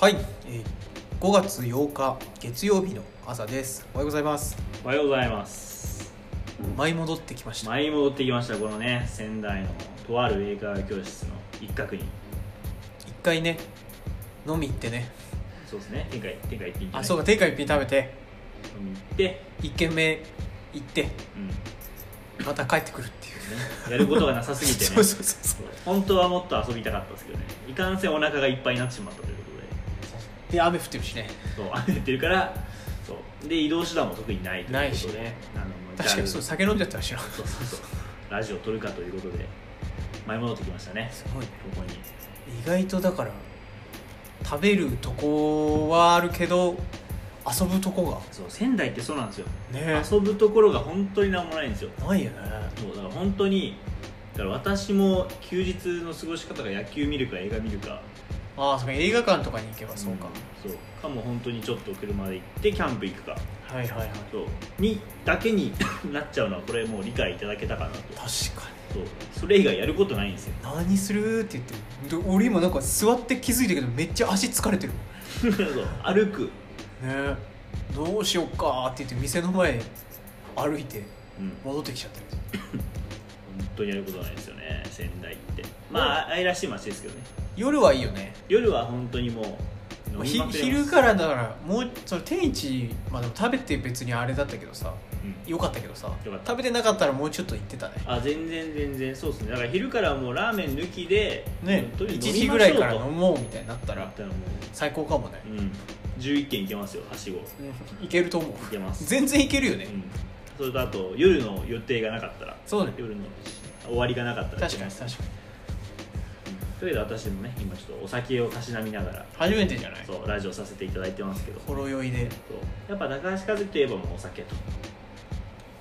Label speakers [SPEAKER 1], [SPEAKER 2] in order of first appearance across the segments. [SPEAKER 1] はい、えー、5月8日月曜日の朝ですおはようございます
[SPEAKER 2] おはようございます
[SPEAKER 1] 舞い戻ってきました
[SPEAKER 2] 舞い戻ってきましたこのね仙台のとある英会話教室の一角に
[SPEAKER 1] 一回ね飲み行ってね
[SPEAKER 2] そうですね天下一天下一品
[SPEAKER 1] あそう
[SPEAKER 2] か
[SPEAKER 1] か天下一品食べて
[SPEAKER 2] 飲み行って、
[SPEAKER 1] 一軒目行って
[SPEAKER 2] うんね、
[SPEAKER 1] また帰ってくるっていう
[SPEAKER 2] やることがなさすぎてね
[SPEAKER 1] そうそうそうそう
[SPEAKER 2] 本当はもっと遊びたかったですけどねいかんせんお腹がいっぱいになってしまったというこ
[SPEAKER 1] で雨降ってるしね
[SPEAKER 2] とでそう雨降ってるからそうで移動手段も特にないということで
[SPEAKER 1] ないしね
[SPEAKER 2] あのもう
[SPEAKER 1] 確かに
[SPEAKER 2] じ
[SPEAKER 1] そ
[SPEAKER 2] ゃ
[SPEAKER 1] う
[SPEAKER 2] あ
[SPEAKER 1] 酒飲んじゃったらしいな
[SPEAKER 2] そうそうそうラジオ撮るかということで舞い戻ってきましたね
[SPEAKER 1] すごいね
[SPEAKER 2] ここに
[SPEAKER 1] 意外とだから食べるとこはあるけど遊ぶとこ
[SPEAKER 2] そう仙台ってそうなんですよ
[SPEAKER 1] がね
[SPEAKER 2] 遊ぶところが本当になんもないんですよ
[SPEAKER 1] ないよね
[SPEAKER 2] そうだから本当にだから私も休日の過ごし方が野球見るか映画見るか
[SPEAKER 1] ああそうか映画館とかに行けばそうか、
[SPEAKER 2] んそうかも本当にちょっと車で行ってキャンプ行くか
[SPEAKER 1] はいはいはい
[SPEAKER 2] そうにだけに なっちゃうのはこれもう理解いただけたかなと
[SPEAKER 1] 確かに
[SPEAKER 2] そうそれ以外やることないんですよ
[SPEAKER 1] 何するって言ってるで俺今なんか座って気づいたけどめっちゃ足疲れてるも
[SPEAKER 2] そう歩く、
[SPEAKER 1] んねどうしよっかって言って店の前歩いて
[SPEAKER 2] うん、
[SPEAKER 1] 戻ってきちゃったよ
[SPEAKER 2] 本当にやることないですよね仙台ってまあ愛らしい街ですけどね
[SPEAKER 1] 夜はいいよね
[SPEAKER 2] 夜は本当にもう飲み
[SPEAKER 1] ひ
[SPEAKER 2] まくれま
[SPEAKER 1] 昼
[SPEAKER 2] す
[SPEAKER 1] からだからもうその天一、まあ、でも食べて別にあれだったけどさ
[SPEAKER 2] うん
[SPEAKER 1] よかったけどさ
[SPEAKER 2] よかった
[SPEAKER 1] 食べてなかったらもうちょっと行ってたね
[SPEAKER 2] あ全然全然そうですねだから昼からもうラーメン抜きで
[SPEAKER 1] ね
[SPEAKER 2] 本当に
[SPEAKER 1] 1
[SPEAKER 2] 飲
[SPEAKER 1] 時
[SPEAKER 2] み
[SPEAKER 1] ぐ
[SPEAKER 2] ま
[SPEAKER 1] ら
[SPEAKER 2] し
[SPEAKER 1] い
[SPEAKER 2] ょう
[SPEAKER 1] から
[SPEAKER 2] と
[SPEAKER 1] 飲もうみたいになった
[SPEAKER 2] だっ
[SPEAKER 1] ら
[SPEAKER 2] たらもう、
[SPEAKER 1] 最高かもね、
[SPEAKER 2] うん、11軒いけますよはしごい
[SPEAKER 1] いけると思う
[SPEAKER 2] けます、
[SPEAKER 1] 全然いけるよね、
[SPEAKER 2] うん、それとあと夜の予定がなかったら
[SPEAKER 1] そうね
[SPEAKER 2] 夜の終わりがなかったら
[SPEAKER 1] 確かに確かに
[SPEAKER 2] にというわけで私もね今ちょっとお酒をたしなみながら
[SPEAKER 1] 初めてじゃない
[SPEAKER 2] そうラジオさせていただいてますけど
[SPEAKER 1] ほろ酔いで
[SPEAKER 2] そうやっぱ高橋和樹といえばもうお酒と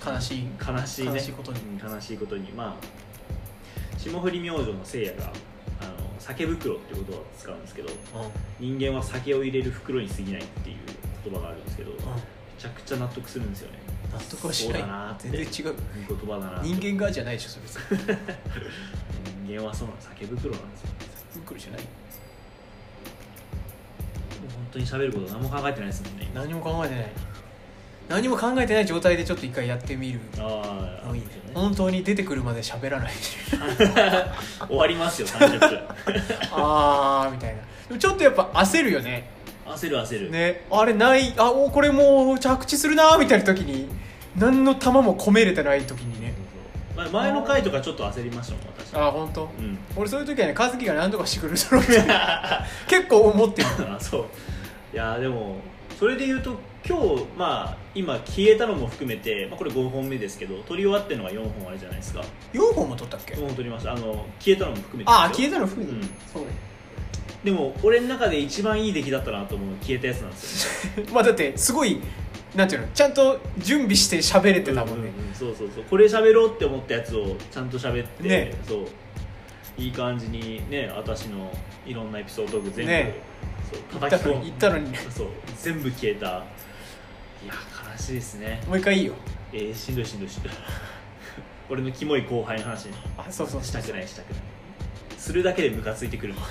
[SPEAKER 1] 悲しい
[SPEAKER 2] 悲しいね
[SPEAKER 1] 悲しいことに
[SPEAKER 2] うん悲しいことにまあ霜降り明星のせいやがあの酒袋っていう言葉を使うんですけど
[SPEAKER 1] う
[SPEAKER 2] 人間は酒を入れる袋に過ぎないっていう言葉があるんですけどめ
[SPEAKER 1] ん、
[SPEAKER 2] ちゃくちゃ納得するんですよね
[SPEAKER 1] 納得はしない
[SPEAKER 2] そうだなって
[SPEAKER 1] 全然違う
[SPEAKER 2] いい言葉だなと
[SPEAKER 1] 人間側じゃないでしょそれ別に
[SPEAKER 2] 人間はその酒袋なんですよも
[SPEAKER 1] くるじゃないう
[SPEAKER 2] 本当に喋ること何も考えてないですもんね
[SPEAKER 1] 何も考えてない何も考えてない状態でちょっと一回やってみる
[SPEAKER 2] ああ
[SPEAKER 1] のいいね
[SPEAKER 2] ですよね
[SPEAKER 1] 本当に出てくるまで喋らない
[SPEAKER 2] 終わりますよ30分
[SPEAKER 1] あーみたいなでもちょっとやっぱ焦るよね
[SPEAKER 2] 焦る焦る、
[SPEAKER 1] ねあれないあおこれもう着地するなーみたいな時に何の球も込めれてない時にね
[SPEAKER 2] まあ前の回とかちょっと焦りましたもん私
[SPEAKER 1] あー本当。
[SPEAKER 2] うん
[SPEAKER 1] 俺そういう時はね和樹が何とかしてくれるだろうって結構思ってる
[SPEAKER 2] あそういやでもそれで言うと今日まあ今消えたのも含めて、まあ、これ5本目ですけど撮り終わってるのが4本あるじゃないですか
[SPEAKER 1] 4本も取ったっけ
[SPEAKER 2] 4本撮りましたあの消えたのも含めて
[SPEAKER 1] ああ消え
[SPEAKER 2] え
[SPEAKER 1] たの増えた、
[SPEAKER 2] うん
[SPEAKER 1] そうね
[SPEAKER 2] でも俺の中で一番いい出来だったなと思うのは消えたやつなんですよ
[SPEAKER 1] まあだってすごいなんていうのちゃんと準備して喋れてたもんね、
[SPEAKER 2] うううそうそうそうこれ喋ろうって思ったやつをちゃんと喋って、
[SPEAKER 1] ね
[SPEAKER 2] そういい感じにね私のいろんなエピソードトーク全部、
[SPEAKER 1] ね
[SPEAKER 2] そう
[SPEAKER 1] 行った
[SPEAKER 2] 叩き
[SPEAKER 1] の
[SPEAKER 2] 込
[SPEAKER 1] に
[SPEAKER 2] ん
[SPEAKER 1] 行ったのに
[SPEAKER 2] そう全部消えたいや悲しいですね
[SPEAKER 1] もう一回いいよ
[SPEAKER 2] えー、しんどいしんどいしんどい 俺のキモい後輩の話に
[SPEAKER 1] あそうそう
[SPEAKER 2] したくないしたくないするだけでムカついてくるもん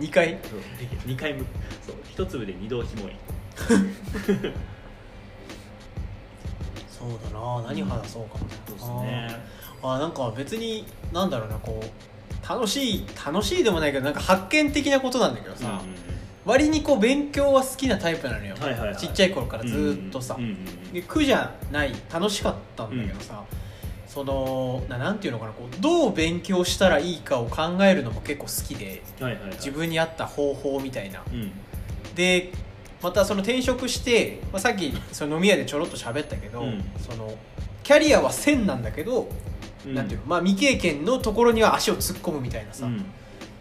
[SPEAKER 1] 2回
[SPEAKER 2] そう2回むそう一粒で二度キモい
[SPEAKER 1] そうだな何話そうか
[SPEAKER 2] そうですね
[SPEAKER 1] あーあーなんか別になんだろうなこう楽しい楽しいでもないけどなんか発見的なことなんだけどさ、割にこう勉強は好きなタイプなのよ、
[SPEAKER 2] はいはいはい
[SPEAKER 1] ちっちゃい頃からずーっとさ、
[SPEAKER 2] うんうんうんうん
[SPEAKER 1] で苦じゃない楽しかったんだけどさ、そのななんていうのかなこうどう勉強したらいいかを考えるのも結構好きで
[SPEAKER 2] はいはいはい
[SPEAKER 1] 自分に合った方法みたいな
[SPEAKER 2] うん
[SPEAKER 1] でまたその転職して、まあ、さっきその飲み屋でちょろっと喋ったけど、
[SPEAKER 2] うん
[SPEAKER 1] そのキャリアは1000なんだけど、
[SPEAKER 2] うん
[SPEAKER 1] なんていうの、まあ、未経験のところには足を突っ込むみたいなさ、
[SPEAKER 2] うん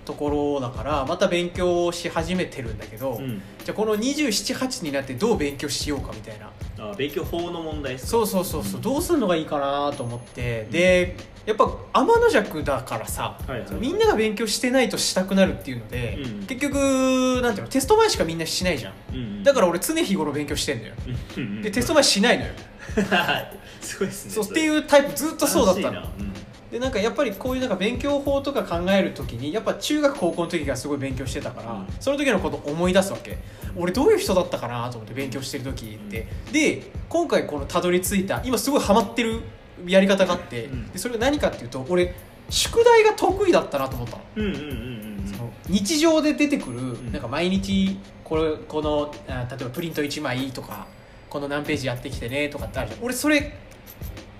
[SPEAKER 1] ところだからまた勉強し始めてるんだけど、
[SPEAKER 2] うん
[SPEAKER 1] じゃあこの278になってどう勉強しようかみたいな
[SPEAKER 2] あ勉強法の問題です
[SPEAKER 1] そうそうそうそうどうするのがいいかなと思ってでやっぱ天の弱だからさ、
[SPEAKER 2] はいはいはい
[SPEAKER 1] みんなが勉強してないとしたくなるっていうので、
[SPEAKER 2] うん
[SPEAKER 1] 結局なんていうのテスト前しかみんなしないじゃん
[SPEAKER 2] うんうん
[SPEAKER 1] だから俺常日頃勉強してんだよ
[SPEAKER 2] うんうん
[SPEAKER 1] でテスト前しないのよ、
[SPEAKER 2] はいすごいですね
[SPEAKER 1] そうっていううタイプずっとそうだった
[SPEAKER 2] 悲しい
[SPEAKER 1] の
[SPEAKER 2] なうん
[SPEAKER 1] でなんかやっぱりこういうなんか勉強法とか考える時にやっぱ中学高校の時がすごい勉強してたから、
[SPEAKER 2] うん
[SPEAKER 1] その時のことを思い出すわけ俺どういう人だったかなと思って勉強してる時って、で今回このたどり着いた今すごいハマってるやり方があって、
[SPEAKER 2] うん
[SPEAKER 1] でそれが何かっていうと俺宿題が得意だったなと思ったの。
[SPEAKER 2] うんうんうんうん
[SPEAKER 1] その日常で出てくる、
[SPEAKER 2] ん
[SPEAKER 1] なんか毎日これこのあ例えばプリント1枚とかこの何ページやってきてねとかってあるじゃん俺それ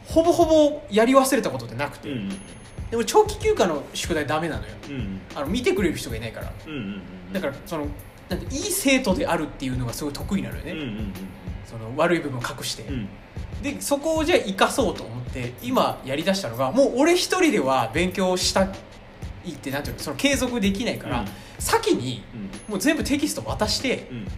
[SPEAKER 1] ほぼほぼやり忘れたことってなくて、
[SPEAKER 2] うん
[SPEAKER 1] でも長期休暇の宿題ダメなのよ
[SPEAKER 2] うんうん
[SPEAKER 1] あの見てくれる人がいないから
[SPEAKER 2] うんうんうんうん
[SPEAKER 1] だからそのなんていい生徒であるっていうのがすごい得意なのよね、
[SPEAKER 2] うんうん
[SPEAKER 1] その悪い部分を隠して、
[SPEAKER 2] うんうん
[SPEAKER 1] でそこをじゃあ生かそうと思って今やりだしたのがもう俺一人では勉強したいってなんていうのその継続できないから、
[SPEAKER 2] うん
[SPEAKER 1] 先に
[SPEAKER 2] うん
[SPEAKER 1] もう全部テキスト渡して
[SPEAKER 2] うん
[SPEAKER 1] 例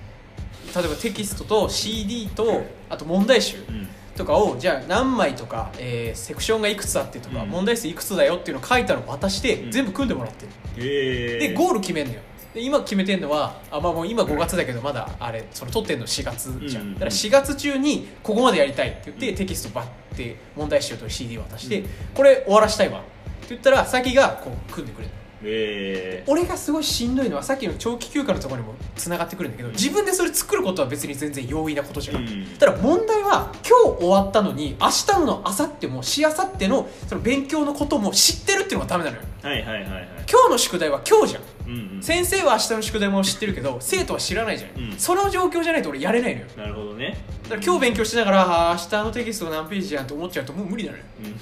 [SPEAKER 1] えばテキストと CD とあと問題集
[SPEAKER 2] うん
[SPEAKER 1] とかをじゃあ何枚とか、えーセクションがいくつあってとか、
[SPEAKER 2] うん
[SPEAKER 1] 問題数いくつだよっていうのを書いたのを渡して、
[SPEAKER 2] うん
[SPEAKER 1] 全部組んでもらってる
[SPEAKER 2] え
[SPEAKER 1] で
[SPEAKER 2] ー
[SPEAKER 1] ゴール決めんのよで今決めてんのはあ、まあ、もう今5月だけどまだあれそれ取ってんの4月じゃん、
[SPEAKER 2] うん
[SPEAKER 1] だから4月中にここまでやりたいって言って、
[SPEAKER 2] うん
[SPEAKER 1] テキストバッて問題集と CD 渡して、
[SPEAKER 2] うん
[SPEAKER 1] これ終わらしたいわって言ったら先がこう組んでくれる
[SPEAKER 2] えー
[SPEAKER 1] 俺がすごいしんどいのはさっきの長期休暇のところにもつながってくるんだけど
[SPEAKER 2] うん
[SPEAKER 1] 自分でそれ作ることは別に全然容易なことじゃな
[SPEAKER 2] う
[SPEAKER 1] んい、ただ問題は今日終わったのに明日のあさってもしあさってのその勉強のことも知ってるっていうのがダメなのよ
[SPEAKER 2] はいはいはいはい
[SPEAKER 1] 今日の宿題は今日じゃん
[SPEAKER 2] うんうん
[SPEAKER 1] 先生は明日の宿題も知ってるけど生徒は知らないじゃん、
[SPEAKER 2] うん
[SPEAKER 1] その状況じゃないと俺やれないのよ
[SPEAKER 2] なるほどね
[SPEAKER 1] だから今日勉強しながらあー明日のテキスト何ページやんと思っちゃうともう無理なのよ
[SPEAKER 2] うん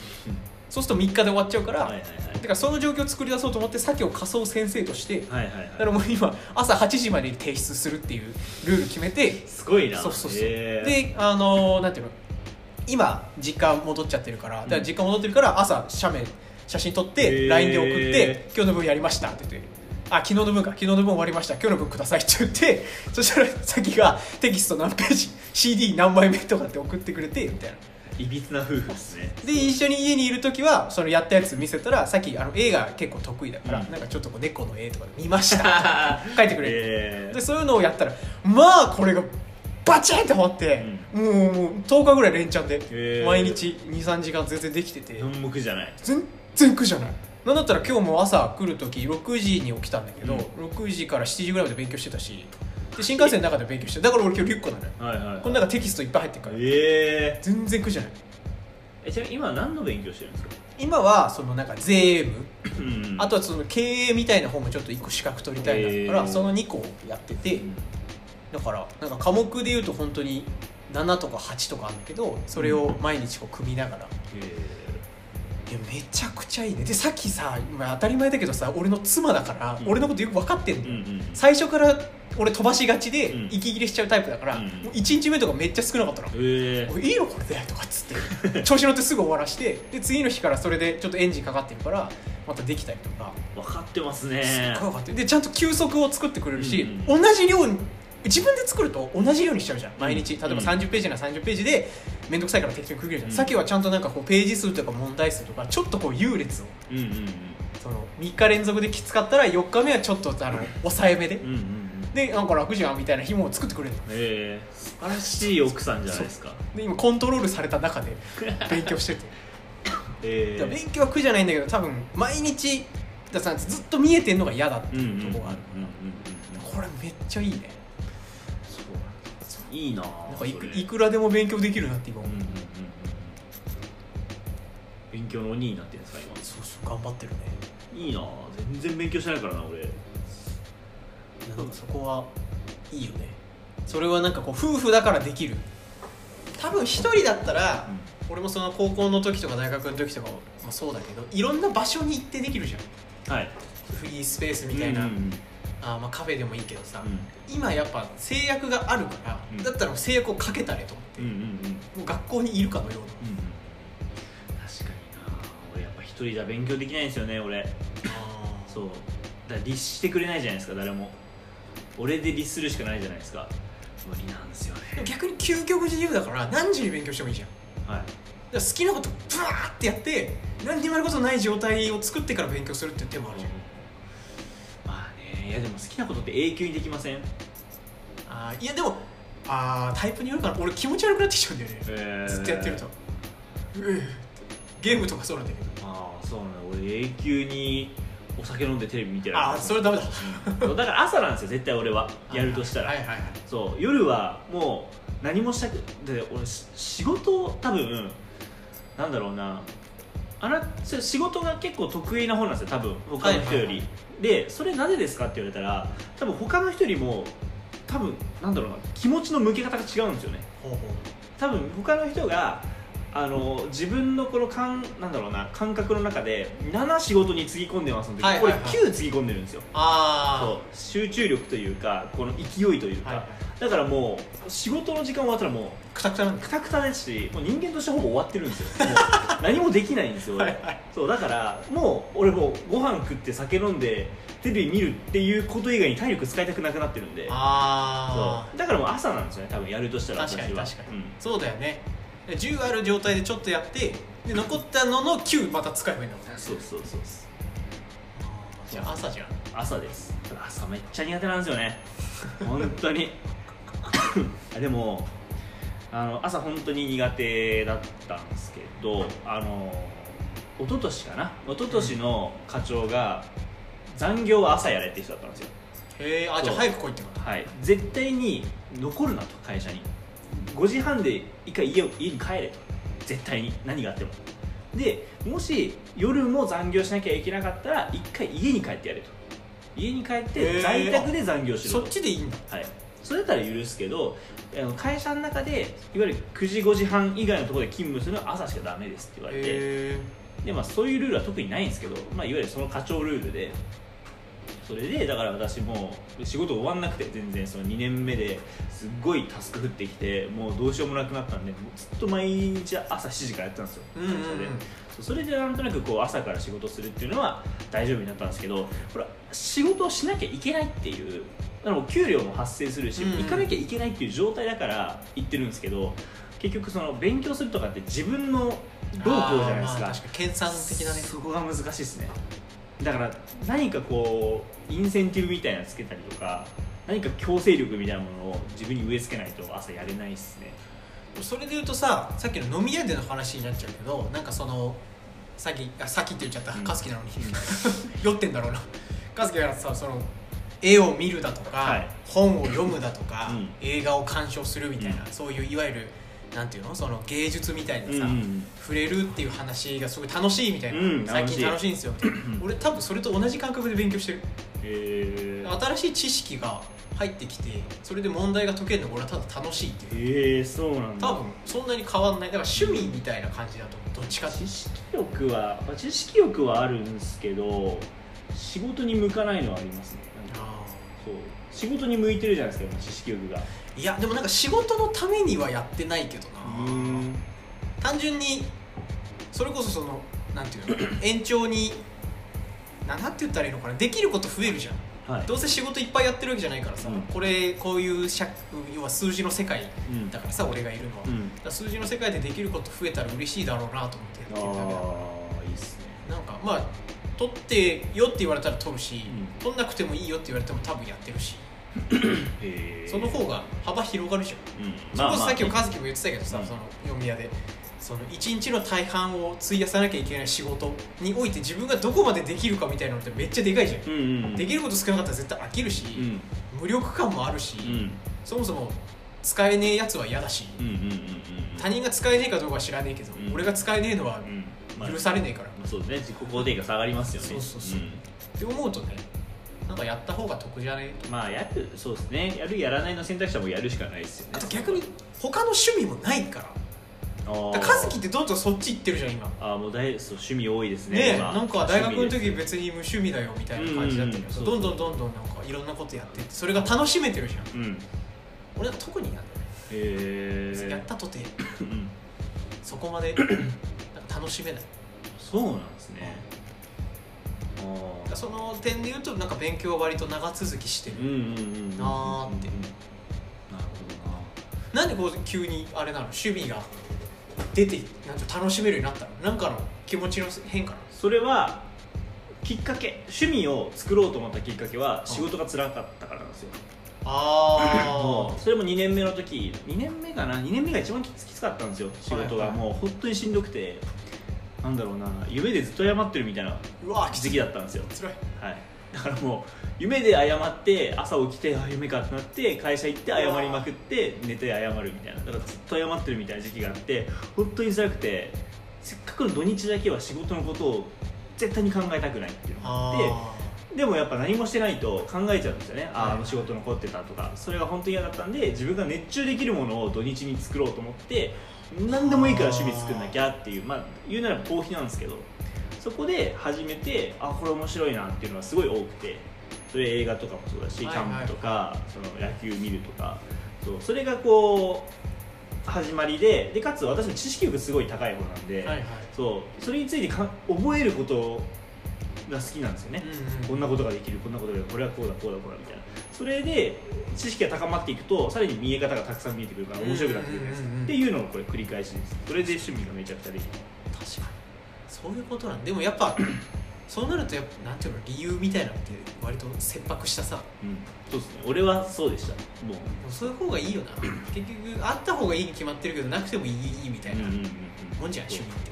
[SPEAKER 1] そうすると3日で終わっちゃうから、
[SPEAKER 2] はいはいはい
[SPEAKER 1] だからその状況を作り出そうと思って先を仮想先生として
[SPEAKER 2] はいはい
[SPEAKER 1] だ
[SPEAKER 2] は
[SPEAKER 1] か
[SPEAKER 2] い
[SPEAKER 1] らもう今朝8時までに提出するっていうルール決めて
[SPEAKER 2] すごいな
[SPEAKER 1] そうそうそう、
[SPEAKER 2] えー
[SPEAKER 1] であのーなんていうの今実家戻っちゃってるからだから実家戻ってるから朝写メ写真撮っ
[SPEAKER 2] へ
[SPEAKER 1] て
[SPEAKER 2] ー
[SPEAKER 1] LINE で送って「今日の分やりました」って言って「あ昨日の分か昨日の分終わりました今日の分ください」って言って そしたら先がテキスト何ページ CD 何枚目とかって送ってくれてみたいない
[SPEAKER 2] びつな夫婦で すね
[SPEAKER 1] で一緒に家にいる時はそのやったやつ見せたらさっきあの絵が結構得意だから、
[SPEAKER 2] うん
[SPEAKER 1] なんかちょっとこう猫の絵とか見ましたと か書いてくれる、
[SPEAKER 2] えー
[SPEAKER 1] でそういうのをやったらまあこれがバチーンってハマって、もうもう10日ぐらい連チャン
[SPEAKER 2] へ
[SPEAKER 1] で
[SPEAKER 2] ー
[SPEAKER 1] 毎日23時間全然できてて、
[SPEAKER 2] 四目じゃない
[SPEAKER 1] 全然苦じゃないなんだったら今日も朝来る時6時に起きたんだけど、
[SPEAKER 2] うん
[SPEAKER 1] 6時から7時ぐらいまで勉強してたしで新幹線の中で勉強してだから俺今日リュックなのよ
[SPEAKER 2] はいはい
[SPEAKER 1] この
[SPEAKER 2] な
[SPEAKER 1] 中テキストいっぱい入ってるから、
[SPEAKER 2] えー
[SPEAKER 1] 全然苦じゃない
[SPEAKER 2] えちなみに今何の勉強してるんですか
[SPEAKER 1] 今はそのなんか税務
[SPEAKER 2] うん
[SPEAKER 1] あとはその経営みたいな方もちょっと1個資格取りたいなだから、
[SPEAKER 2] へー
[SPEAKER 1] その2個をやってて、だからなんか科目でいうと本当に7とか8とかあるんだけどそれを毎日こう組みながら、いやめちゃくちゃいいねでさっきさ、まあ、当たり前だけどさ俺の妻だから、
[SPEAKER 2] うん
[SPEAKER 1] 俺のことよく分かってんの、
[SPEAKER 2] うんうん
[SPEAKER 1] 最初から俺飛ばしがちで
[SPEAKER 2] うん
[SPEAKER 1] 息切れしちゃうタイプだから、
[SPEAKER 2] うん
[SPEAKER 1] もう1日目とかめっちゃ少なかったの、
[SPEAKER 2] えー
[SPEAKER 1] おいいいよこれでとかっつって 調子乗ってすぐ終わらしてで次の日からそれでちょっとエンジンかかってるからまたできたりとか
[SPEAKER 2] 分かってま
[SPEAKER 1] す
[SPEAKER 2] す
[SPEAKER 1] っ
[SPEAKER 2] ね
[SPEAKER 1] ごい分かってでちゃんと休息を作ってくれるし、
[SPEAKER 2] う
[SPEAKER 1] 同じ量に自分で作ると同じ量にしちゃうじゃん毎日例えば
[SPEAKER 2] うん
[SPEAKER 1] 30ページなら30ページで面倒くさいから適当に区切るじゃん、
[SPEAKER 2] うん
[SPEAKER 1] さっきはちゃんとなんかこうページ数とか問題数とかちょっとこう優劣を
[SPEAKER 2] うんうん
[SPEAKER 1] その3日連続できつかったら4日目はちょっとあの抑えめで、
[SPEAKER 2] うんうんうんうん
[SPEAKER 1] でなんか楽じゃんみたいな日も作ってくれるの
[SPEAKER 2] えー素晴らしい奥さんじゃないですか
[SPEAKER 1] で今コントロールされた中 で勉強してると
[SPEAKER 2] え
[SPEAKER 1] だから勉強は苦じゃないんだけど多分毎日だからさずっと見えてんのが嫌だって
[SPEAKER 2] うんうんう
[SPEAKER 1] いうん
[SPEAKER 2] うん
[SPEAKER 1] と
[SPEAKER 2] う
[SPEAKER 1] こ
[SPEAKER 2] ん
[SPEAKER 1] があるから、
[SPEAKER 2] そ
[SPEAKER 1] これめっちゃいいね
[SPEAKER 2] ういいな
[SPEAKER 1] な
[SPEAKER 2] なん
[SPEAKER 1] かいく
[SPEAKER 2] それ
[SPEAKER 1] いくらでも勉強できるなって今
[SPEAKER 2] うん
[SPEAKER 1] 思う、
[SPEAKER 2] うんうんうん勉強の鬼になってるんですか今
[SPEAKER 1] そうそう頑張ってるね
[SPEAKER 2] いいな全然勉強してないからな俺
[SPEAKER 1] なんかそこはいいよねそれはなんかこう夫婦だからできる多分一人だったら俺もその高校の時とか大学の時とかもまあそうだけどいろんな場所に行ってできるじゃん
[SPEAKER 2] はい
[SPEAKER 1] フリースペースみたいな、
[SPEAKER 2] うんうんうん
[SPEAKER 1] あーまあカフェでもいいけどさ、
[SPEAKER 2] う
[SPEAKER 1] 今やっぱ制約があるから、
[SPEAKER 2] うん
[SPEAKER 1] だったらもう制約をかけたれと思って、
[SPEAKER 2] んうんうんうんうん
[SPEAKER 1] もう学校にいるかのような
[SPEAKER 2] 確かにな俺やっぱ一人じゃ勉強できないんですよね俺そうだから律してくれないじゃないですか誰も俺で律するしかないじゃないですか無理なんですよね
[SPEAKER 1] でも逆に究極自由だから何時に勉強してもいいじゃん
[SPEAKER 2] は
[SPEAKER 1] だ
[SPEAKER 2] い
[SPEAKER 1] から好きなことブワーってやって何にもやることない状態を作ってから勉強するっていう手もあるじゃん、
[SPEAKER 2] まあねいやでも好きなことって永久にできませんへ
[SPEAKER 1] あーいやでもあータイプによるかな俺気持ち悪くなってきちゃうんだよね、
[SPEAKER 2] え
[SPEAKER 1] ずっとやってるとうーってゲームとかそうなんだけど
[SPEAKER 2] ああそうなの俺永久にお酒飲んでテレビ見てる
[SPEAKER 1] ああそれダメだ
[SPEAKER 2] そうだから朝なんですよ絶対俺はやるとしたら、
[SPEAKER 1] はいはいはい
[SPEAKER 2] そう夜はもう何もしたくで俺し仕事を多分なんだろうなあなそう仕事が結構得意な方なんですよ多分他の人より、
[SPEAKER 1] はいはいは
[SPEAKER 2] でそれなぜですかって言われたら多分他の人よりも多分なんだろうな気持ちの向け方が違うんですよね
[SPEAKER 1] ほうほう
[SPEAKER 2] 多分他の人があの自分のこの感なんだろうな感覚の中で7仕事につぎ込んでますので、
[SPEAKER 1] はいはいはい
[SPEAKER 2] これ9つぎ込んでるんですよそう
[SPEAKER 1] あ
[SPEAKER 2] 集中力というかこの勢いとい
[SPEAKER 1] あ
[SPEAKER 2] うか、
[SPEAKER 1] はいはい
[SPEAKER 2] だからもう仕事の時間終わったらも
[SPEAKER 1] くたくたなん
[SPEAKER 2] う
[SPEAKER 1] だ
[SPEAKER 2] くたくたですしもう人間としてほぼ終わってるんです よもう何もできないんですよ俺
[SPEAKER 1] はいはい
[SPEAKER 2] そうだからもう俺もうご飯食って酒飲んでテレビ見るっていうこと以外に体力使いたくなくなってるんで
[SPEAKER 1] あ
[SPEAKER 2] そうだからもう朝なんですよね多分やるとしたら
[SPEAKER 1] 確かに
[SPEAKER 2] 私は
[SPEAKER 1] 確かにあそうだよね10ある状態でちょっとやってで残ったのの9また使えばいいんだもんね
[SPEAKER 2] うん、そうそうそうそう
[SPEAKER 1] じゃあ朝じゃん
[SPEAKER 2] 朝です朝めっちゃ苦手なんですよ ね本当にでもあの朝本当に苦手だったんですけどあの一昨年かな一昨年の課長が残業は朝やれって人だったんですよ
[SPEAKER 1] へえあじゃあ
[SPEAKER 2] そう
[SPEAKER 1] 早く来いってこと
[SPEAKER 2] はい絶対に残るなと会社に5時半で一回家を家に帰れと絶対に何があってもでもし夜も残業しなきゃいけなかったら一回家に帰ってやれと家に帰っ
[SPEAKER 1] へー
[SPEAKER 2] て在宅で残業しろ
[SPEAKER 1] そ
[SPEAKER 2] と
[SPEAKER 1] っちでいいんだ
[SPEAKER 2] はい、それだったら許すけどあの会社の中でいわゆる9時5時半以外のところで勤務するのは朝しかダメですって言われて
[SPEAKER 1] へ
[SPEAKER 2] で、まあ、そういうルールは特にないんですけど、まあ、いわゆるその課長ルールでそれでだから私もう仕事終わんなくて全然その2年目ですっごいタスク降ってきてもうどうしようもなくなったんでもうずっと毎日朝7時からやってたんですよ
[SPEAKER 1] えうん
[SPEAKER 2] 会社
[SPEAKER 1] うん
[SPEAKER 2] で、
[SPEAKER 1] うん
[SPEAKER 2] そうそれでなんとなくこう朝から仕事するっていうのは大丈夫になったんですけどこれは仕事をしなきゃいけないっていうだからもう給料も発生するし、
[SPEAKER 1] うん
[SPEAKER 2] 行かなきゃいけないっていう状態だから行ってるんですけど結局その勉強するとかって自分の労
[SPEAKER 1] あ
[SPEAKER 2] 苦
[SPEAKER 1] ー
[SPEAKER 2] じゃないです
[SPEAKER 1] ま
[SPEAKER 2] か
[SPEAKER 1] あ確かに計算的なね
[SPEAKER 2] そこが難しいですねだから何かこうインセンティブみたいなのつけたりとか何か強制力みたいなものを自分に植え付けないと朝やれないですね
[SPEAKER 1] それで言うとささっきの飲み屋での話になっちゃうけどなんかそのさっきあさっきって言っちゃった
[SPEAKER 2] うん
[SPEAKER 1] カスキなのに 酔ってんだろうなカスキがさその絵を見るだとか、
[SPEAKER 2] はい
[SPEAKER 1] 本を読むだとか、
[SPEAKER 2] うん
[SPEAKER 1] 映画を鑑賞するみたいな、
[SPEAKER 2] う
[SPEAKER 1] そういういわゆるなんていうのその芸術みたいなさ、
[SPEAKER 2] うん
[SPEAKER 1] 触れるっていう話がすごい楽しいみたいな、
[SPEAKER 2] うん
[SPEAKER 1] 最近楽
[SPEAKER 2] 楽
[SPEAKER 1] し
[SPEAKER 2] し
[SPEAKER 1] いんです よみたいな
[SPEAKER 2] うん
[SPEAKER 1] 俺多分それと同じ感覚で勉強してる
[SPEAKER 2] えー、
[SPEAKER 1] 新しい知識が入ってきてそれで問題が解けるのが俺はただ楽しいっていう
[SPEAKER 2] えー、そうなんだ
[SPEAKER 1] 多分そんなに変わんないだから趣味みたいな感じだと思うどっちかって
[SPEAKER 2] 知識欲はまあ知識欲はあるんですけど仕事に向かないのはありますねなんか
[SPEAKER 1] あ
[SPEAKER 2] そう仕事に向いてるじゃないですか今知識欲が
[SPEAKER 1] ーいやでもなんか仕事のためにはやってないけどな単純にそれこそそのなんていうの 延長にななんて言ったらいいのかなできること増えるじゃん
[SPEAKER 2] はい
[SPEAKER 1] どうせ仕事いっぱいやってるわけじゃないからさ、
[SPEAKER 2] うん
[SPEAKER 1] これこういう社要は数字の世界
[SPEAKER 2] うん
[SPEAKER 1] だからさ俺がいるのは、
[SPEAKER 2] う
[SPEAKER 1] だか
[SPEAKER 2] ん
[SPEAKER 1] ら数字の世界でできること増えたら嬉しいだろうなと思ってやってるだけだか
[SPEAKER 2] ああいいっすね
[SPEAKER 1] らなんかまあ取ってよって言われたら取るし、
[SPEAKER 2] うん
[SPEAKER 1] 取んなくてもいいよって言われても多分やってるし
[SPEAKER 2] へえ
[SPEAKER 1] その方が幅広がるじゃん、
[SPEAKER 2] うん
[SPEAKER 1] それこそさっきも和樹も言ってたけどさ、
[SPEAKER 2] うん
[SPEAKER 1] その読み屋でその一日の大半を費やさなきゃいけない仕事において自分がどこまでできるかみたいなのってめっちゃでかいじゃん、
[SPEAKER 2] うんうんうん
[SPEAKER 1] できること少なかったら絶対飽きるし、
[SPEAKER 2] うん
[SPEAKER 1] 無力感もあるし、
[SPEAKER 2] うん
[SPEAKER 1] そもそも使えねえやつは嫌だし、
[SPEAKER 2] うんうんうんうん
[SPEAKER 1] 他人が使えねえかどうかは知らねえけど、
[SPEAKER 2] うん
[SPEAKER 1] 俺が使えねえのは
[SPEAKER 2] うんまあ
[SPEAKER 1] 許されねえから、
[SPEAKER 2] そうね自己肯定が下がりますよね
[SPEAKER 1] そうそうそうんって思うとねなんかやった方が得じゃね
[SPEAKER 2] まあやるそうですねやるやらないの選択肢はもうやるしかないですよね
[SPEAKER 1] あと逆に他の趣味もないから
[SPEAKER 2] あー
[SPEAKER 1] だから和樹ってどんどんそっち行ってるじゃん今
[SPEAKER 2] あーもう大そう趣味多いですね
[SPEAKER 1] ねえ
[SPEAKER 2] 今
[SPEAKER 1] なんか大学の
[SPEAKER 2] 趣味
[SPEAKER 1] 時別に無趣味だよみたいな感じだったけど、
[SPEAKER 2] うん
[SPEAKER 1] どんどんどんどんなんかいろんなことやってってそれが楽しめてるじゃん
[SPEAKER 2] ですうん
[SPEAKER 1] 俺なんか特になんだよね、
[SPEAKER 2] へ
[SPEAKER 1] やっ
[SPEAKER 2] え
[SPEAKER 1] たとて
[SPEAKER 2] うん
[SPEAKER 1] そこ までなんか楽しめない
[SPEAKER 2] そうなんですね
[SPEAKER 1] だか
[SPEAKER 2] あ
[SPEAKER 1] ら
[SPEAKER 2] ー
[SPEAKER 1] その点で言うとなんか勉強は割と長続きしてる
[SPEAKER 2] うんうんう
[SPEAKER 1] な
[SPEAKER 2] ん
[SPEAKER 1] ーって
[SPEAKER 2] うんうんなるほ
[SPEAKER 1] なんでこう急にあれなの趣味が出てなんて楽しめるようになったのなんかの気持ちの変化なの
[SPEAKER 2] どなそれはきっかけ趣味を作ろうと思ったきっかけは仕事が辛かったからなんですよ
[SPEAKER 1] あ
[SPEAKER 2] もうそれも2年目の時2年目かな2年目が一番きつきつかったんですよ仕事
[SPEAKER 1] はい
[SPEAKER 2] が
[SPEAKER 1] はい
[SPEAKER 2] もう本当にしんどくてなんだろうな夢でずっと謝ってるみたいな
[SPEAKER 1] うわ
[SPEAKER 2] 気づきだったんですよ
[SPEAKER 1] つらい
[SPEAKER 2] はい、だからもう夢で謝って朝起きてあ夢かってなって会社行って謝りまくって寝て謝るみたいなだからずっと謝ってるみたいな時期があって本当に辛くてせっかくの土日だけは仕事のことを絶対に考えたくないっていうのがあって
[SPEAKER 1] あ
[SPEAKER 2] でもやっぱ何もしてないと考えちゃうんですよね、あ
[SPEAKER 1] はい
[SPEAKER 2] ああの仕事残ってたとかそれが本当に嫌だったんで自分が熱中できるものを土日に作ろうと思って何でもいいから趣味作んなきゃっていうまあ言うならば逃避なんですけどそこで初めてあこれ面白いなっていうのがすごい多くてそれ映画とかもそうだしキ
[SPEAKER 1] はいはい
[SPEAKER 2] ャンプとか、その野球見るとかそうそれがこう始まりででかつ私の知識力すごい高い方なんで、
[SPEAKER 1] ーはいはい
[SPEAKER 2] そうそれについてか覚えることが好きなんですよね、こんなことができるこんなことができるこれはこうだこうだこうだみたいなそれで知識が高まっていくとさらに見え方がたくさん見えてくるから面白くなってくるじゃないですか
[SPEAKER 1] うんうんうんうん
[SPEAKER 2] っていうのをこれ繰り返しですそれで趣味がめちゃくちゃできる
[SPEAKER 1] 確かにそういうことなんでもやっぱ そうなるとやっぱなんていうの理由みたいなのって割と切迫したさも
[SPEAKER 2] うんそうですね俺はそうでしたもう
[SPEAKER 1] うそういう方がいい よな結局あった方がいいに決まってるけどなくてもいいいいみたいな
[SPEAKER 2] うんうんうん
[SPEAKER 1] もんじゃん趣味って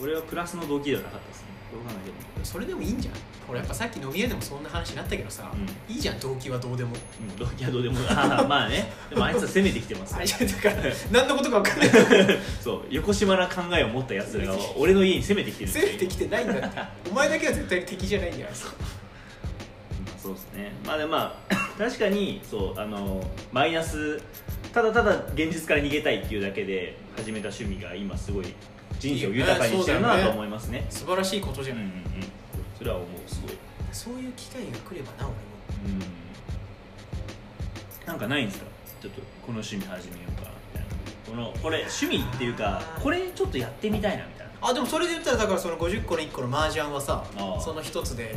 [SPEAKER 2] 俺はクラスの動機ではなかったですねどう考えて
[SPEAKER 1] それでもいいんじゃん俺やっぱさっき飲み屋でもそんな話になったけどさ、
[SPEAKER 2] う
[SPEAKER 1] いいじゃん動機はどうでも
[SPEAKER 2] もうん動機はどうでもあ あまあねでもあいつは攻めてきてます
[SPEAKER 1] あ
[SPEAKER 2] よ
[SPEAKER 1] れじゃ だから何のことか分 かんないけど
[SPEAKER 2] そう横島な考えを持ったやつらが俺の家に攻めてきてる
[SPEAKER 1] 攻めてきてないんだってお前だけは絶対敵じゃないんだよ
[SPEAKER 2] まあそうですねまあでもまあ確かにそうあのマイナスただただ現実から逃げたいっていうだけで始めた趣味が今すごい人生を豊かにしてる
[SPEAKER 1] いやそうだ
[SPEAKER 2] な
[SPEAKER 1] よね
[SPEAKER 2] と思いますね
[SPEAKER 1] 素晴らしいこと
[SPEAKER 2] う
[SPEAKER 1] じゃ
[SPEAKER 2] んう
[SPEAKER 1] なんい、
[SPEAKER 2] うんそれは思うすごい、
[SPEAKER 1] そういう機会が来ればな俺も
[SPEAKER 2] うん、なんかないんですかちょっとこの趣味始めようかなみたいなこのこれ趣味っていうかこれちょっとやってみたいなみたいな
[SPEAKER 1] あでもそれで言ったらだからその50個の1個の麻雀はさ
[SPEAKER 2] ああ
[SPEAKER 1] その1つで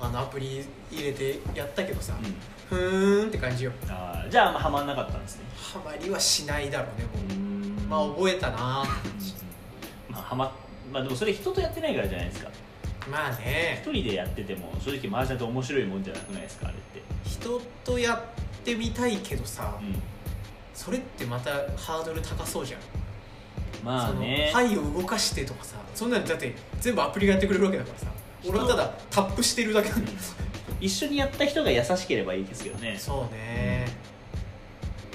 [SPEAKER 1] あのアプリ入れてやったけどさ、
[SPEAKER 2] うん
[SPEAKER 1] ふーんって感じよ
[SPEAKER 2] あーじゃああんまハマんなかったんですね
[SPEAKER 1] ハマりはしないだろうねもう、
[SPEAKER 2] ん
[SPEAKER 1] まあ覚えたなーって感じ
[SPEAKER 2] まあハマまあでもそれ人とやってないからじゃないですか
[SPEAKER 1] まあね
[SPEAKER 2] 一人でやってても正直麻雀って面白いもんじゃなくないですかあれって、
[SPEAKER 1] 人とやってみたいけどさ、それってまたハードル高そうじゃん
[SPEAKER 2] まあね
[SPEAKER 1] その牌を動かしてとかさそんなのだって全部アプリがやってくれるわけだからさ俺はただタップしてるだけなんだよ
[SPEAKER 2] 一緒にやった人が優しければいいですけどね
[SPEAKER 1] そうね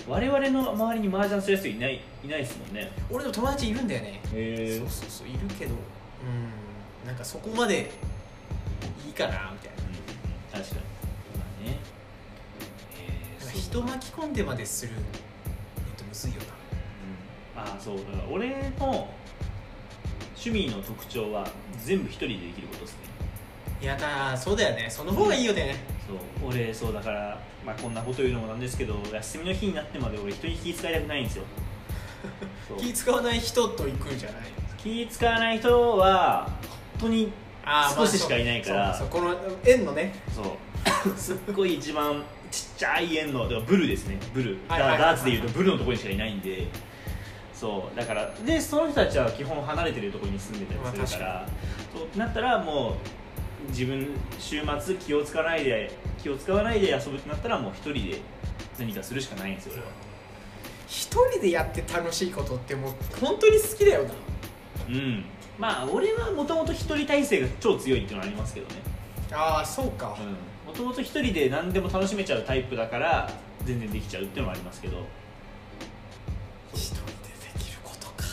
[SPEAKER 2] 我々の周りに麻雀する人いないいないですもんね
[SPEAKER 1] 俺の友達いるんだよね
[SPEAKER 2] へ
[SPEAKER 1] そうそうそういるけどうんなんかそこまでいいかなみたいな
[SPEAKER 2] 確かにまあねへー
[SPEAKER 1] なんか
[SPEAKER 2] そう
[SPEAKER 1] 人巻き込んでまでするのってむずいよ
[SPEAKER 2] うんああそうだから俺の趣味の特徴は全部一人でできることですね
[SPEAKER 1] ないやだーそうだよねその方がいいよね
[SPEAKER 2] そう俺そうだから、まあ、こんなこと言うのもなんですけど休みの日になってまで俺人に気遣いたくないん ですよそう
[SPEAKER 1] 気使わない人と行くんじゃない
[SPEAKER 2] 気使わない人は本当に
[SPEAKER 1] あーまあ
[SPEAKER 2] 少ししかいないから
[SPEAKER 1] そうそうこの円のね
[SPEAKER 2] そう すっごい一番ちっちゃい円のだからブルですねブル、
[SPEAKER 1] はいはいはい
[SPEAKER 2] ダダーツでいうとブルのところにしかいないんでそうだからでその人たちは基本離れてるところに住んでたりするから、
[SPEAKER 1] ま
[SPEAKER 2] となったらもう自分週末気を使わないで気を使わないで遊ぶってなったらもう一人で何かするしかないんですよ俺は
[SPEAKER 1] 一人でやって楽しいことってもう本当に好きだよな
[SPEAKER 2] うんまあ俺はもともと一人体制が超強いっていうのはありますけどね
[SPEAKER 1] ああそうか、
[SPEAKER 2] もともと一人で何でも楽しめちゃうタイプだから全然できちゃうっていうのはありますけど
[SPEAKER 1] 一人でできることか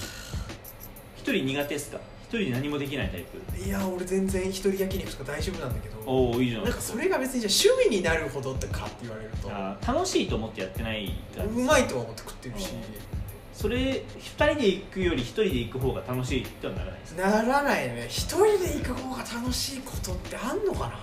[SPEAKER 2] 一人苦手ですか一人で何もできないタイプ
[SPEAKER 1] いや俺全然一人焼肉とか大丈夫なんだけど
[SPEAKER 2] おおいいじゃな
[SPEAKER 1] なん
[SPEAKER 2] いで
[SPEAKER 1] か
[SPEAKER 2] す
[SPEAKER 1] そ
[SPEAKER 2] か
[SPEAKER 1] れが別にじゃあ趣味になるほどってかって言われると
[SPEAKER 2] あー楽しいと思ってやってないから
[SPEAKER 1] うまいとは思って食ってるし
[SPEAKER 2] それ二人で行くより一人で行く方が楽しいってはならないですか
[SPEAKER 1] ならないね一人で行く方が楽しいことってあんのかな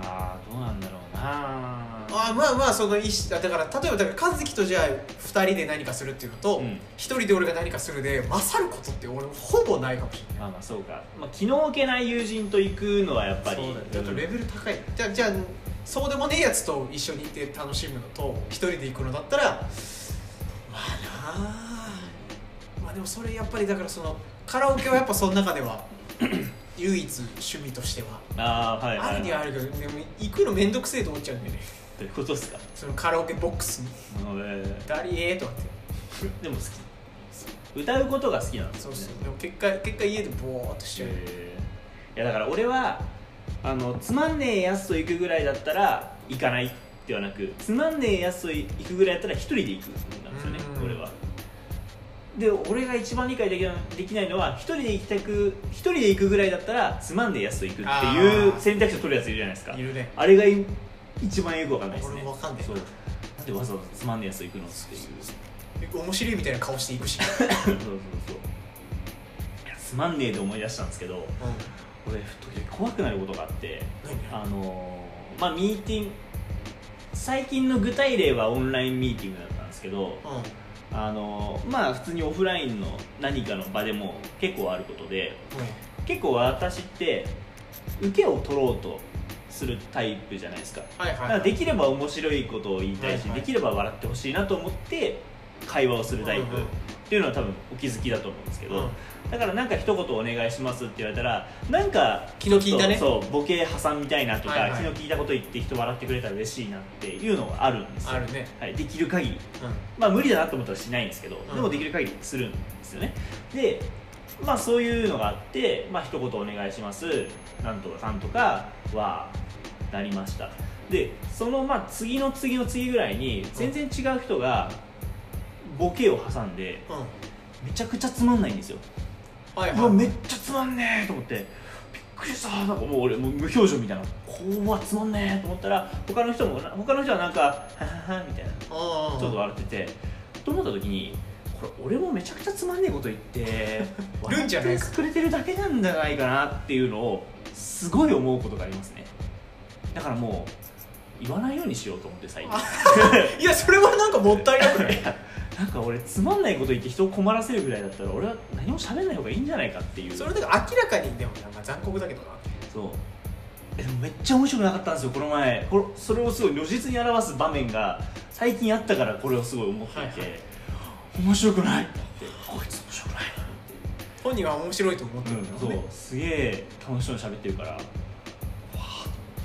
[SPEAKER 2] ああどうなんだろうな
[SPEAKER 1] あーまあまあその意思だから例えばだから和樹とじゃあ2人で何かするっていうのと
[SPEAKER 2] うん
[SPEAKER 1] 一、人で俺が何かするで勝ることって俺ほぼないかもしれない
[SPEAKER 2] まあまあそうか、まあ、気の置けない友人と行くのはやっぱり
[SPEAKER 1] そうだねちょっとレ
[SPEAKER 2] うん
[SPEAKER 1] ベル高いじゃあじゃあそうでもねえやつと一緒にいて楽しむのと一人で行くのだったらまあなあまあでもそれやっぱりだからそのカラオケはやっぱその中で は唯一趣味としては
[SPEAKER 2] ああはいはい、
[SPEAKER 1] あるにはあるけどでも行くの面倒くせえと思っちゃうんだよね
[SPEAKER 2] ということですか、
[SPEAKER 1] そのカラオケボックスに
[SPEAKER 2] うんえ
[SPEAKER 1] 「ダリエー」とかって
[SPEAKER 2] ーでも好き歌うことが好きなんです
[SPEAKER 1] そ
[SPEAKER 2] よ
[SPEAKER 1] う
[SPEAKER 2] ね
[SPEAKER 1] そうでも結果結果家でボーっとしちゃう、
[SPEAKER 2] へーいやだから俺はあのつまんねえやつと行くぐらいだったら行かないではなくつまんねえやつと行くぐらいだったら一人で行くなんですよね
[SPEAKER 1] うん
[SPEAKER 2] 俺はで俺が一番理解できなできないのは一人で行きたく一人で行くぐらいだったらつまんねえやつと行くってい
[SPEAKER 1] あー
[SPEAKER 2] う選択肢を取るやついるじゃないですか
[SPEAKER 1] いるね
[SPEAKER 2] あれがい一番よくわかんないですね
[SPEAKER 1] 俺もわかんない
[SPEAKER 2] そうなんでわざわざつまんねえやつと行くのっていう
[SPEAKER 1] 結構面白いみたいな顔していくし、う
[SPEAKER 2] そうそうそういやつまんねえで思い出したんですけど
[SPEAKER 1] ん、
[SPEAKER 2] 俺時々怖くなることがあって
[SPEAKER 1] 何
[SPEAKER 2] あのーまあミーティング最近の具体例はオンラインミーティングだったんですけど
[SPEAKER 1] うん
[SPEAKER 2] あのーまあ普通にオフラインの何かの場でも結構あることで結構私って受けを取ろうとするタイプじゃないですか
[SPEAKER 1] はいはい
[SPEAKER 2] だか
[SPEAKER 1] は
[SPEAKER 2] ら
[SPEAKER 1] い
[SPEAKER 2] できれば面白いことを言いたい
[SPEAKER 1] は
[SPEAKER 2] し、
[SPEAKER 1] いはい
[SPEAKER 2] できれば笑ってほしいなと思って会話をするタイプっていうのは多分お気づきだと思うんですけ
[SPEAKER 1] う
[SPEAKER 2] ど、
[SPEAKER 1] んうん
[SPEAKER 2] だからなんか一言お願いしますって言われたらなんか
[SPEAKER 1] 気の利いたね
[SPEAKER 2] そうそうボケ挟みたいなとか、
[SPEAKER 1] はいはい
[SPEAKER 2] 気の利いたこと言って人笑ってくれたら嬉しいなっていうのがあるんですよ
[SPEAKER 1] あるね
[SPEAKER 2] はい、できる限り
[SPEAKER 1] うん
[SPEAKER 2] まあ無理だなと思ったらしないんですけど、
[SPEAKER 1] うん
[SPEAKER 2] でもできる限りするんですよねでまあそういうのがあってまあ一言お願いしますなんとかさんとかはなりましたでそのまあ次の次の次ぐらいに全然違う人がボケを挟んで
[SPEAKER 1] うん
[SPEAKER 2] めちゃくちゃつまんないんですよ
[SPEAKER 1] はいはいう
[SPEAKER 2] わめっちゃつまんねえと思ってびっくりしたなんかもう俺もう無表情みたいなこわつまんねえと思ったら他の人も他の人はなんかはははみたいなち
[SPEAKER 1] ああ
[SPEAKER 2] ょっと笑っててと思った時にこれ俺もめちゃくちゃつまんねえこと言って
[SPEAKER 1] るんじゃない
[SPEAKER 2] 笑ってくれてるだけなんじゃないかなっていうのをすごい思うことがありますねだからもう言わないようにしようと思って最近
[SPEAKER 1] いやそれはなんかもったいなくない
[SPEAKER 2] いやなんか俺つまんないこと言って人を困らせるぐらいだったら俺は何も喋んない方がいいんじゃないかっていう
[SPEAKER 1] それだから明らかにでもなんか残酷だけどな
[SPEAKER 2] そうえでもめっちゃ面白くなかったんですよこの前これそれをすごい如実に表す場面が最近あったからこれをすごい思っていて、
[SPEAKER 1] はいはい
[SPEAKER 2] 面白くないってこいつ面白くないっ
[SPEAKER 1] 本人は面白いと思ってるんだ
[SPEAKER 2] て、
[SPEAKER 1] ろう
[SPEAKER 2] そ
[SPEAKER 1] ね
[SPEAKER 2] うすげえ楽しそうに喋ってるから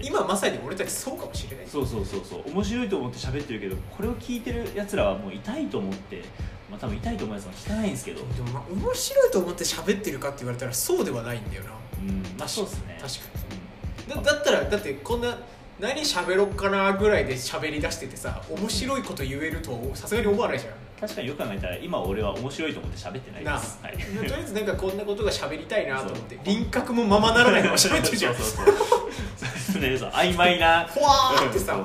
[SPEAKER 1] 今まさに俺たちそうかもしれない
[SPEAKER 2] そうそうそうそう面白いと思って喋ってるけどこれを聞いてるやつらはもう痛いと思ってまあ多分痛いと思うやつは聞かないんですけど
[SPEAKER 1] でもまあ面白いと思って喋ってるかって言われたらそうではないんだよな
[SPEAKER 2] うんまあそうですね
[SPEAKER 1] 確か
[SPEAKER 2] うん
[SPEAKER 1] にだだったらだってこんな何喋ろっかなぐらいで喋り出しててさ面白いこと言えるとはさすがに思わないじゃん
[SPEAKER 2] 確かによく考えたら今俺は面白いと思って喋ってない
[SPEAKER 1] なあ
[SPEAKER 2] です、はい、
[SPEAKER 1] とりあえずなんかこんなことが喋りたいなと思って
[SPEAKER 2] そう
[SPEAKER 1] 輪郭もままならないまま喋ってるじゃん
[SPEAKER 2] そ
[SPEAKER 1] ふ
[SPEAKER 2] うそうそうそうですねそう曖昧な
[SPEAKER 1] わーってさ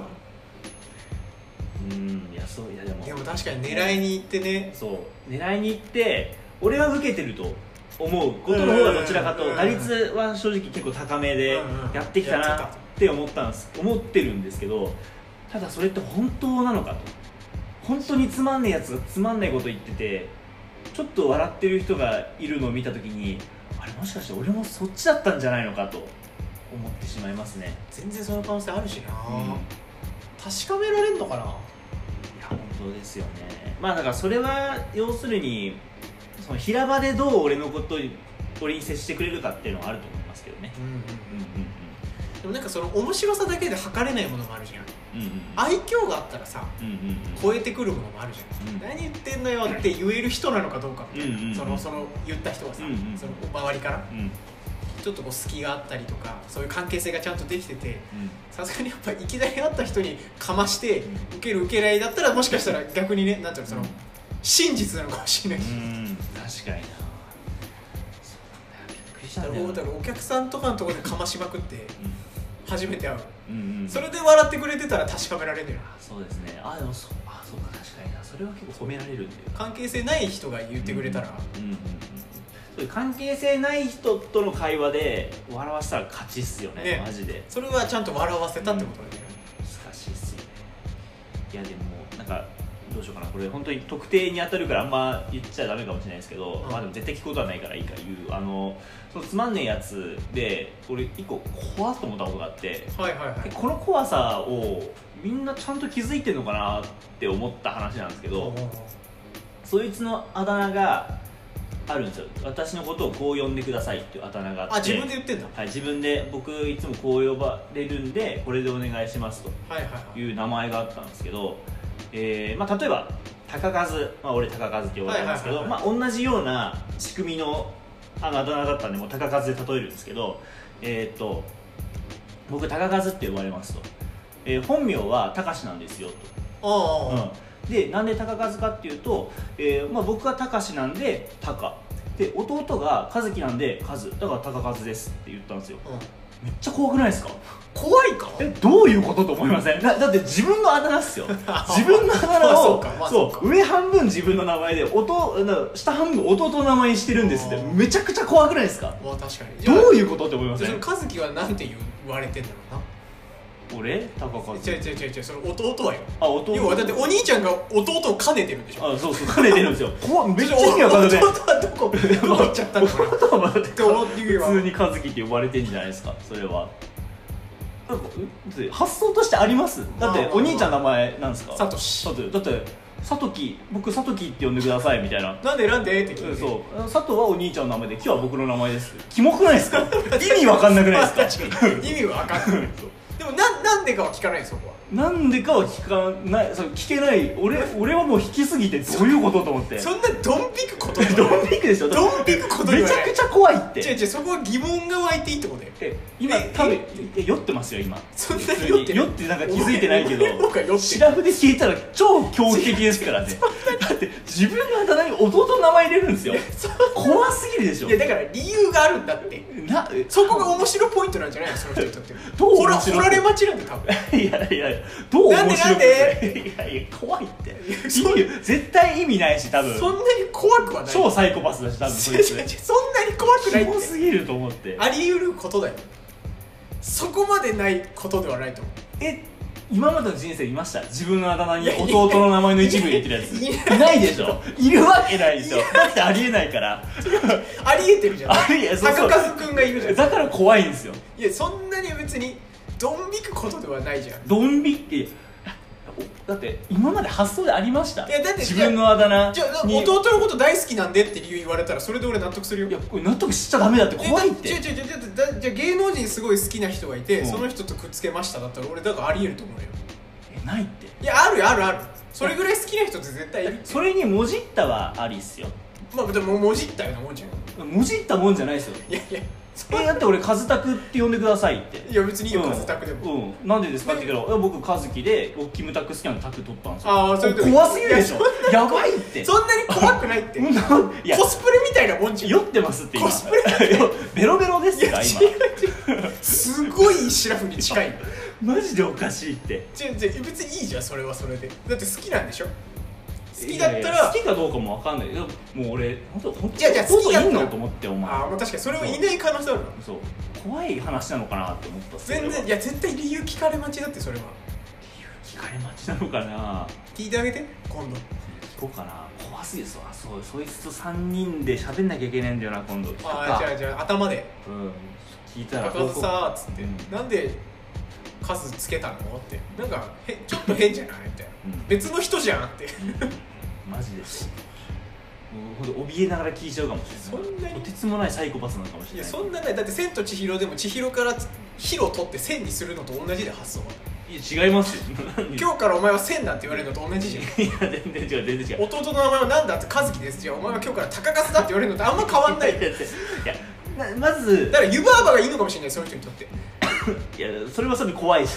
[SPEAKER 2] うんいやそういやでも
[SPEAKER 1] でも確かに狙いに行ってね
[SPEAKER 2] そう狙いに行って俺は受けてると思うことの方がどちらか
[SPEAKER 1] うん
[SPEAKER 2] と打率は正直結構高めで
[SPEAKER 1] うんうん
[SPEAKER 2] やってきた
[SPEAKER 1] や
[SPEAKER 2] な
[SPEAKER 1] ってた
[SPEAKER 2] って思ったんです思ってるんですけどただそれって本当なのかと本当につまんねえやつがつまんないこと言っててちょっと笑ってる人がいるのを見た時にあれもしかして俺もそっちだったんじゃないのかと思ってしまいますね
[SPEAKER 1] 全然その可能性あるしな、
[SPEAKER 2] うん
[SPEAKER 1] 確かめられんのかない
[SPEAKER 2] や本当ですよねまあだからそれは要するにその平場でどう俺のことを俺に接してくれるかっていうのはあると思いますけどね
[SPEAKER 1] うんうん
[SPEAKER 2] うんう
[SPEAKER 1] でもなんかその面白さだけで測れないものもあるじゃん
[SPEAKER 2] んうんうん
[SPEAKER 1] 愛嬌があったらさ
[SPEAKER 2] うんうん
[SPEAKER 1] 超えてくるものもあるじゃん、
[SPEAKER 2] うん
[SPEAKER 1] 何言ってんのよって言える人なのかどうかみたいな、
[SPEAKER 2] うんうんうん
[SPEAKER 1] そのその言った人がさ、
[SPEAKER 2] うんうん
[SPEAKER 1] その周りから
[SPEAKER 2] うんうん
[SPEAKER 1] ちょっとこう隙があったりとかそういう関係性がちゃんとできててさすがにやっぱいきなり会った人にかまして
[SPEAKER 2] うん
[SPEAKER 1] 受ける受けないだったらもしかしたら逆にねなんていうのその
[SPEAKER 2] うん
[SPEAKER 1] 真実なのかもしれないし、
[SPEAKER 2] うん確かになそうなんだよびっくりした
[SPEAKER 1] だ
[SPEAKER 2] ん
[SPEAKER 1] か
[SPEAKER 2] だ
[SPEAKER 1] ら
[SPEAKER 2] よ
[SPEAKER 1] 思ったらお客さんとかのところでかましまくって初めて会う、
[SPEAKER 2] うんうんうん
[SPEAKER 1] それで笑ってくれてたら確かめられるよな
[SPEAKER 2] あそうですねあでもそうあそうか確かになそれは結構褒められるんだよな
[SPEAKER 1] 関係性ない人が言ってくれたら、
[SPEAKER 2] うんうんうんそういう関係性ない人との会話で笑わせたら勝ちっすよね
[SPEAKER 1] ね
[SPEAKER 2] マジで
[SPEAKER 1] それはちゃんと笑わせたってことだよね、
[SPEAKER 2] 難しいっすよねいやでもなんかどうしようかなこれ本当に特定に当たるからあんま言っちゃダメかもしれないですけど、
[SPEAKER 1] うん
[SPEAKER 2] まあでも絶対聞くことはないからいいから言うあのそのつまんねえやつで俺一個怖っと思ったことがあって
[SPEAKER 1] はいはいはい
[SPEAKER 2] でこの怖さをみんなちゃんと気づいてんのかなって思った話なんですけど、そいつのあだ名があるんですよ私のことをこう呼んでくださいっていうあだ名があって
[SPEAKER 1] あ自分で言ってんだ
[SPEAKER 2] はい、自分で僕いつもこう呼ばれるんでこれでお願いしますと
[SPEAKER 1] はいはいはい
[SPEAKER 2] いう名前があったんですけど、えーまあ、例えば高数まあ俺高数って呼ばれてますけ
[SPEAKER 1] は
[SPEAKER 2] ど
[SPEAKER 1] いは
[SPEAKER 2] まあ同じような仕組みのあのあだ名だったんでもう高数で例えるんですけどえーっと僕高数って呼ばれますと、えー本名は高志なんですよと
[SPEAKER 1] ああ
[SPEAKER 2] うん、でなんで高和かっていうと、えーまあ、僕が高志なんで高で弟が和樹なんで和だから高和ですって言ったんですよ
[SPEAKER 1] うん
[SPEAKER 2] めっちゃ怖くないですか
[SPEAKER 1] 怖いか
[SPEAKER 2] えどういうことと思いませんだだって自分のあだ名っすよ 自分のあだ
[SPEAKER 1] まあ
[SPEAKER 2] 名
[SPEAKER 1] そう
[SPEAKER 2] を
[SPEAKER 1] かまあそう
[SPEAKER 2] そ
[SPEAKER 1] か
[SPEAKER 2] う上半分自分の名前で弟な下半分弟の名前にしてるんですって
[SPEAKER 1] あー
[SPEAKER 2] めちゃくちゃ怖くないですか
[SPEAKER 1] まあ確かに
[SPEAKER 2] どう
[SPEAKER 1] う
[SPEAKER 2] いうことって思いませ
[SPEAKER 1] その
[SPEAKER 2] ん
[SPEAKER 1] 和樹はなんて言う言われてんだろ
[SPEAKER 2] 俺高
[SPEAKER 1] う
[SPEAKER 2] 和
[SPEAKER 1] な違う違う違う違うその弟はよ
[SPEAKER 2] あ弟
[SPEAKER 1] 要はだってお兄ちゃんが弟を兼ねてるんでしょ
[SPEAKER 2] あそうそう兼ねてるんですよ怖っめっちゃ意味わかんない
[SPEAKER 1] 弟はどこどこ行っちゃったの かな
[SPEAKER 2] 弟はまだ
[SPEAKER 1] って思って言えば
[SPEAKER 2] 普通に和樹って呼ばれてんじゃないですかそれはなんかえ発想としてありますだって
[SPEAKER 1] まあ
[SPEAKER 2] お兄ちゃんの名前なんですか
[SPEAKER 1] サ
[SPEAKER 2] だ
[SPEAKER 1] トシ
[SPEAKER 2] ってだって佐藤木僕佐藤木って呼んでくださいみたいな
[SPEAKER 1] なんでなんでって聞
[SPEAKER 2] う
[SPEAKER 1] い
[SPEAKER 2] ん
[SPEAKER 1] て
[SPEAKER 2] そう佐藤はお兄ちゃんの名前で木は僕の名前ですキモくないですか意味わかんなくないですか
[SPEAKER 1] まあ 確かに意味は分かんないでもななんでかは聞かないですそこは
[SPEAKER 2] なんでかは聞かないそう聞けない俺俺はもう引きすぎてどういうことと思って
[SPEAKER 1] そんなドン引くこと
[SPEAKER 2] ドン引くでしょ
[SPEAKER 1] ドン引くこと言
[SPEAKER 2] め
[SPEAKER 1] わ
[SPEAKER 2] ちゃ
[SPEAKER 1] ない
[SPEAKER 2] くちゃ怖いって
[SPEAKER 1] 違う違うそこは疑問が湧いていいってことだよ
[SPEAKER 2] え今
[SPEAKER 1] え
[SPEAKER 2] 多分え酔ってますよ今
[SPEAKER 1] そんな
[SPEAKER 2] 普
[SPEAKER 1] に
[SPEAKER 2] 通
[SPEAKER 1] 酔っ
[SPEAKER 2] に
[SPEAKER 1] て
[SPEAKER 2] 酔ってなんか気づいてないけど
[SPEAKER 1] 俺の方が酔って
[SPEAKER 2] シラフで聞いたら超強敵ですからねだって自分のあだ名に弟の名前入れるんですよ
[SPEAKER 1] そう
[SPEAKER 2] 怖すぎるでしょ
[SPEAKER 1] いやだから理由があるんだって
[SPEAKER 2] な
[SPEAKER 1] そこが面白いポイントなんじゃないのその人にとって
[SPEAKER 2] どう
[SPEAKER 1] ほら
[SPEAKER 2] 面白
[SPEAKER 1] 掘
[SPEAKER 2] い
[SPEAKER 1] られ待ちなんで多分
[SPEAKER 2] いやいやどう面白く
[SPEAKER 1] なん
[SPEAKER 2] いやいや怖いって
[SPEAKER 1] そん
[SPEAKER 2] 意味絶対意味ないし多分
[SPEAKER 1] そんなに怖くはない
[SPEAKER 2] 超サイコパスだし多分そ
[SPEAKER 1] 違う
[SPEAKER 2] い
[SPEAKER 1] 違う
[SPEAKER 2] つ
[SPEAKER 1] 違う そんなに怖くない
[SPEAKER 2] キ
[SPEAKER 1] って
[SPEAKER 2] モすぎると思って
[SPEAKER 1] あり得ることだよそこまでないことではないと思う
[SPEAKER 2] え今までの人生いました自分のあだ名に弟の名前の一部入れてるやつ
[SPEAKER 1] い
[SPEAKER 2] いないでしょいるわけないでしょだってありえないから
[SPEAKER 1] あり得てるじゃん
[SPEAKER 2] ありえそうそう
[SPEAKER 1] 高和君がいるじゃん
[SPEAKER 2] だから怖いんですよ
[SPEAKER 1] いやそんなに別にドン引くことではないじゃん
[SPEAKER 2] ドン引きだって今まで発想でありました
[SPEAKER 1] いやだって
[SPEAKER 2] 自分のあだ名
[SPEAKER 1] じゃあ
[SPEAKER 2] に
[SPEAKER 1] 弟のこと大好きなんでって理由言われたらそれで俺納得するよ
[SPEAKER 2] いやこれ納得しちゃダメだって怖いっ
[SPEAKER 1] え
[SPEAKER 2] て
[SPEAKER 1] だ違う違う違うだじゃあ芸能人すごい好きな人がいて、
[SPEAKER 2] うん
[SPEAKER 1] その人とくっつけましただったら俺だからありえると思うよ
[SPEAKER 2] えないって
[SPEAKER 1] いやあるよあるあるそれぐらい好きな人って絶対いる
[SPEAKER 2] それにもじったはありっすよ
[SPEAKER 1] まあでももじったようなもんじゃん
[SPEAKER 2] もじったもんじゃないっすよ
[SPEAKER 1] いやいやそ
[SPEAKER 2] えだって俺「カズタク」って呼んでくださいって
[SPEAKER 1] いや別にいいよ
[SPEAKER 2] うん
[SPEAKER 1] カズタクでも、
[SPEAKER 2] うんなんでですかって言ったらいや僕カズキでキムタク好きなのタク取ったんですよ
[SPEAKER 1] ああそれでも
[SPEAKER 2] 怖すぎるでしょやばいって
[SPEAKER 1] そんなに怖くないって
[SPEAKER 2] うんないや
[SPEAKER 1] コスプレみたいなもんじゃん
[SPEAKER 2] 酔ってますって今
[SPEAKER 1] コスプレ
[SPEAKER 2] いやベロベロですか
[SPEAKER 1] いや
[SPEAKER 2] 今
[SPEAKER 1] すごいシラフに近い
[SPEAKER 2] マジでおかしいって
[SPEAKER 1] 違う違う別にいいじゃんそれはそれでだって好きなんでしょ好きだっ
[SPEAKER 2] い
[SPEAKER 1] た
[SPEAKER 2] やいや
[SPEAKER 1] ら
[SPEAKER 2] 好きかどうかもわかんないいやもう俺本当本
[SPEAKER 1] いやいや
[SPEAKER 2] 当
[SPEAKER 1] 好きだったら
[SPEAKER 2] いいのと思ってお前
[SPEAKER 1] ああまあ確かにそれをいない可能性あるな
[SPEAKER 2] そう怖い話なのかなって思ったっす
[SPEAKER 1] 全然い
[SPEAKER 2] や
[SPEAKER 1] や絶対理由聞かれ待ちだってそれは
[SPEAKER 2] 聞かれ待ちなのかな
[SPEAKER 1] 聞いてあげて今度
[SPEAKER 2] 聞こうかな怖すぎですわそうそいつと3人で喋んなきゃいけないんだよな今度
[SPEAKER 1] ああじゃあじゃあ頭で
[SPEAKER 2] うん聞
[SPEAKER 1] 「
[SPEAKER 2] いたら
[SPEAKER 1] 高田さ」っつって
[SPEAKER 2] うん
[SPEAKER 1] 「なんで数つけたの?」ってなんかへ ちょっと変じゃないみたいな
[SPEAKER 2] うん
[SPEAKER 1] 別の人じゃんって
[SPEAKER 2] マジですもうほんと怯えながら聞いちゃうかもしれない
[SPEAKER 1] そんなに
[SPEAKER 2] とてつもないサイコパスなのかもし
[SPEAKER 1] い
[SPEAKER 2] れ
[SPEAKER 1] や
[SPEAKER 2] ない
[SPEAKER 1] そんなないだって「千と千尋」でも千尋から「ヒロ」取って「千」にするのと同じで発想はい
[SPEAKER 2] や違いますよ何
[SPEAKER 1] 今日からお前は「千」だって言われるのと同じじゃん
[SPEAKER 2] いや全然違う全然違う
[SPEAKER 1] 弟の名前はなんだって和樹ですじゃあお前は今日から高勝だって言われるのとあんま変わんないよ
[SPEAKER 2] いやいやなまず
[SPEAKER 1] だから湯婆婆がいいのかもしれないその人にとって
[SPEAKER 2] いやそれはそれで怖いし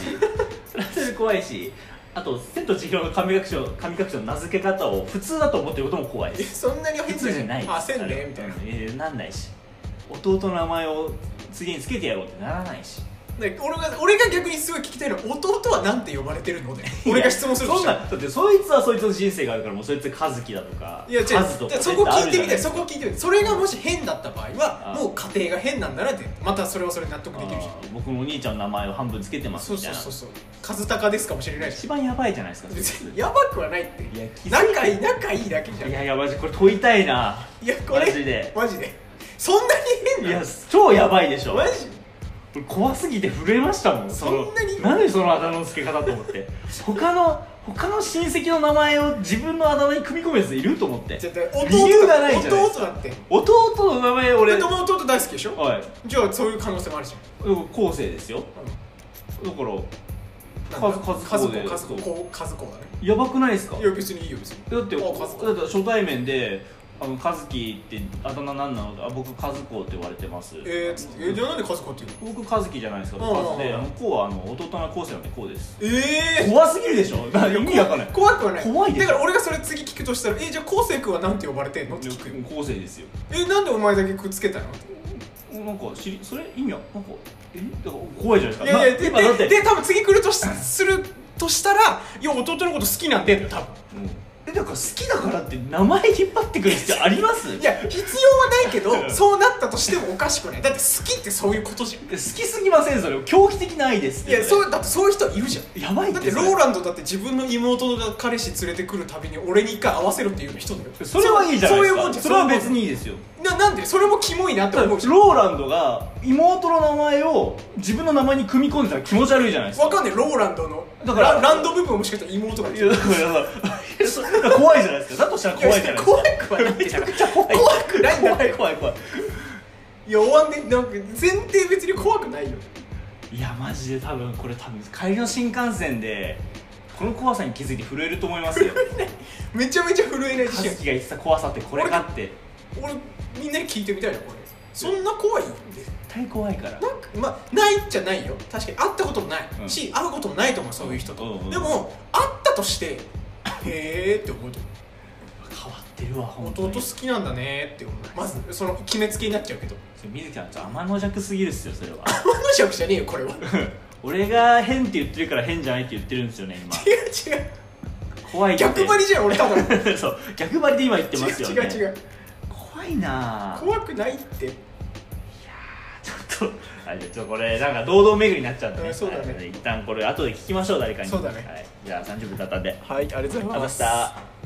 [SPEAKER 2] それはそれで怖いしあと「千と千尋の神隠し」の神隠しの名付け方を普通だと思ってることも怖い
[SPEAKER 1] え
[SPEAKER 2] です
[SPEAKER 1] そんなに
[SPEAKER 2] 普
[SPEAKER 1] 変
[SPEAKER 2] 通じゃないです
[SPEAKER 1] あ千ねみたいな
[SPEAKER 2] うんやなんないし弟の名前を次につけてやろうってならないし
[SPEAKER 1] ね俺が俺が逆にすごい聞きたいのは弟はなんて呼ばれてるので俺が質問すると
[SPEAKER 2] そん
[SPEAKER 1] し
[SPEAKER 2] な
[SPEAKER 1] たら
[SPEAKER 2] だってそいつはそいつの人生があるからもうそいつ和樹だとか
[SPEAKER 1] いや違う
[SPEAKER 2] カズとか
[SPEAKER 1] だからそこ聞いてみたい
[SPEAKER 2] 絶対あるじゃな
[SPEAKER 1] そこ聞いてみたいそれがもし変だった場合は
[SPEAKER 2] あ
[SPEAKER 1] もう家庭が変なんだなってまたそれはそれで納得できるし
[SPEAKER 2] あー僕のお兄ちゃんの名前を半分つけてます
[SPEAKER 1] そう
[SPEAKER 2] みたい
[SPEAKER 1] そう
[SPEAKER 2] な
[SPEAKER 1] そうそう和高ですかもしれないし
[SPEAKER 2] 一番やばいじゃないですかそい
[SPEAKER 1] 別に
[SPEAKER 2] つ
[SPEAKER 1] やばくはないって
[SPEAKER 2] いや気づいて
[SPEAKER 1] 仲いい仲いいだけじゃん
[SPEAKER 2] い
[SPEAKER 1] い
[SPEAKER 2] やいやマジこれ問いたいな
[SPEAKER 1] やこれ
[SPEAKER 2] マジで
[SPEAKER 1] マジでそんなに変
[SPEAKER 2] い
[SPEAKER 1] なの
[SPEAKER 2] や超やばいでしょ
[SPEAKER 1] マジ
[SPEAKER 2] これ怖すぎて震えましたもんの
[SPEAKER 1] そんなに
[SPEAKER 2] なんでそのあだ名の付け方と思って 他の他の親戚の名前を自分のあだ名に組み込むやついると思って
[SPEAKER 1] ちょっと弟
[SPEAKER 2] 理由がないじゃない
[SPEAKER 1] 弟だって
[SPEAKER 2] 弟の名前
[SPEAKER 1] 俺
[SPEAKER 2] 俺は
[SPEAKER 1] とも弟大好きでしょ
[SPEAKER 2] い
[SPEAKER 1] じゃあそういう可能性もあるじゃん
[SPEAKER 2] 後世ですよだから
[SPEAKER 1] なんだ
[SPEAKER 2] カ
[SPEAKER 1] カ
[SPEAKER 2] ズ
[SPEAKER 1] ズ
[SPEAKER 2] カズ
[SPEAKER 1] コ
[SPEAKER 2] コ
[SPEAKER 1] カズコこうカズコだね
[SPEAKER 2] やばくないですか
[SPEAKER 1] いや別にいいよ別に
[SPEAKER 2] だって
[SPEAKER 1] あ
[SPEAKER 2] だっ
[SPEAKER 1] カズコ
[SPEAKER 2] て初対面で「あの和樹ってあだ名なんなの?」あ僕和子って言われてます」
[SPEAKER 1] えー、つってえじゃあなんでカズコっていうの
[SPEAKER 2] 僕和樹じゃないですか
[SPEAKER 1] うんうんうん
[SPEAKER 2] 和樹であの子はあの弟の昴生なんでこうです
[SPEAKER 1] ええ
[SPEAKER 2] 怖すぎるでしょだから意味わかんない
[SPEAKER 1] 怖くはない
[SPEAKER 2] 怖いで
[SPEAKER 1] だ
[SPEAKER 2] しょ
[SPEAKER 1] から俺がそれ次聞くとしたら「えじゃあ昴生君はなんて呼ばれてんの?」って聞くよ
[SPEAKER 2] 昴生ですよ
[SPEAKER 1] 「えなんでお前だけくっつけたの?」
[SPEAKER 2] なんか知りそれ意味はなんかえだから怖いじゃない
[SPEAKER 1] い
[SPEAKER 2] ですか
[SPEAKER 1] やいやで
[SPEAKER 2] な今だっ
[SPEAKER 1] で
[SPEAKER 2] て
[SPEAKER 1] で多分次来るとしするとしたら「いや弟のこと好きなんで」多分
[SPEAKER 2] うんえだから好きだからって名前引っ張ってくる必要あります
[SPEAKER 1] いや必要はないけどそうなったとしてもおかしくないだって好きってそういうことじゃん
[SPEAKER 2] 好きすぎませんそれ狂気的な愛です
[SPEAKER 1] いやそううだってそういう人いるじゃん
[SPEAKER 2] やばい
[SPEAKER 1] だっ
[SPEAKER 2] って
[SPEAKER 1] て
[SPEAKER 2] そ
[SPEAKER 1] ロ
[SPEAKER 2] れ
[SPEAKER 1] ーランドだって自分の妹が彼氏連れてくるたびに俺に一回合わせるっていう人だよ
[SPEAKER 2] それはいいじゃないですか
[SPEAKER 1] そういうもんじゃん
[SPEAKER 2] それは別
[SPEAKER 1] そういうもん
[SPEAKER 2] にいいですよ
[SPEAKER 1] ななんでそれもキモいなって思うじゃん
[SPEAKER 2] ローランドが妹の名前を自分の名前に組み込んでたら気持ち悪いじゃないですか
[SPEAKER 1] わかんないローランドの
[SPEAKER 2] だから
[SPEAKER 1] ラランド部分をもしかしたら妹が
[SPEAKER 2] いやだからいやそれだから怖いじゃないですかだとしたら怖いじゃないですか
[SPEAKER 1] 怖くはないって
[SPEAKER 2] めちゃくちゃ怖い
[SPEAKER 1] 怖くないんだっ
[SPEAKER 2] 怖
[SPEAKER 1] て
[SPEAKER 2] い怖い怖い
[SPEAKER 1] いや終わんねなんか前提別に怖くないよ
[SPEAKER 2] いやマジで多分これ多分帰りの新幹線でこの怖さに気づいて震えると思います よ
[SPEAKER 1] めちゃめちゃ震えない
[SPEAKER 2] 和
[SPEAKER 1] 自
[SPEAKER 2] 樹
[SPEAKER 1] 信
[SPEAKER 2] が言ってた怖さってこれかって絶
[SPEAKER 1] 俺みんなに聞いてみたいなこれそんな怖い
[SPEAKER 2] 対怖いから
[SPEAKER 1] なんかまあないじゃないよ確かに会ったこともない、
[SPEAKER 2] うん
[SPEAKER 1] し会うこともないと思うそういう人と、
[SPEAKER 2] うんうんうん
[SPEAKER 1] でも会ったとしてへーって思うと
[SPEAKER 2] 変わってるわ本当
[SPEAKER 1] 弟
[SPEAKER 2] に
[SPEAKER 1] 好きなんだねって思うまずその決めつけになっちゃうけど
[SPEAKER 2] それ水木さんちょっと天の弱すぎるっすよそれは
[SPEAKER 1] 天の弱じゃねえよこ れは違う
[SPEAKER 2] 俺が変って言ってるから変じゃないって言ってるんですよね 今
[SPEAKER 1] 違う
[SPEAKER 2] 怖いって
[SPEAKER 1] 逆張りじゃん俺 多分
[SPEAKER 2] りそう逆張りで今言って
[SPEAKER 1] 違う
[SPEAKER 2] ますよね
[SPEAKER 1] 違う違う
[SPEAKER 2] 怖いなぁいや
[SPEAKER 1] 怖くないって
[SPEAKER 2] ーちょっとあれちょっとこれなんか堂々巡りになっちゃうんで、
[SPEAKER 1] うんそうだね
[SPEAKER 2] はい一旦これ後で聞きましょう誰かに
[SPEAKER 1] そうだね
[SPEAKER 2] はい、じゃあ30分経ったんでありがと
[SPEAKER 1] はいありがとう
[SPEAKER 2] うございました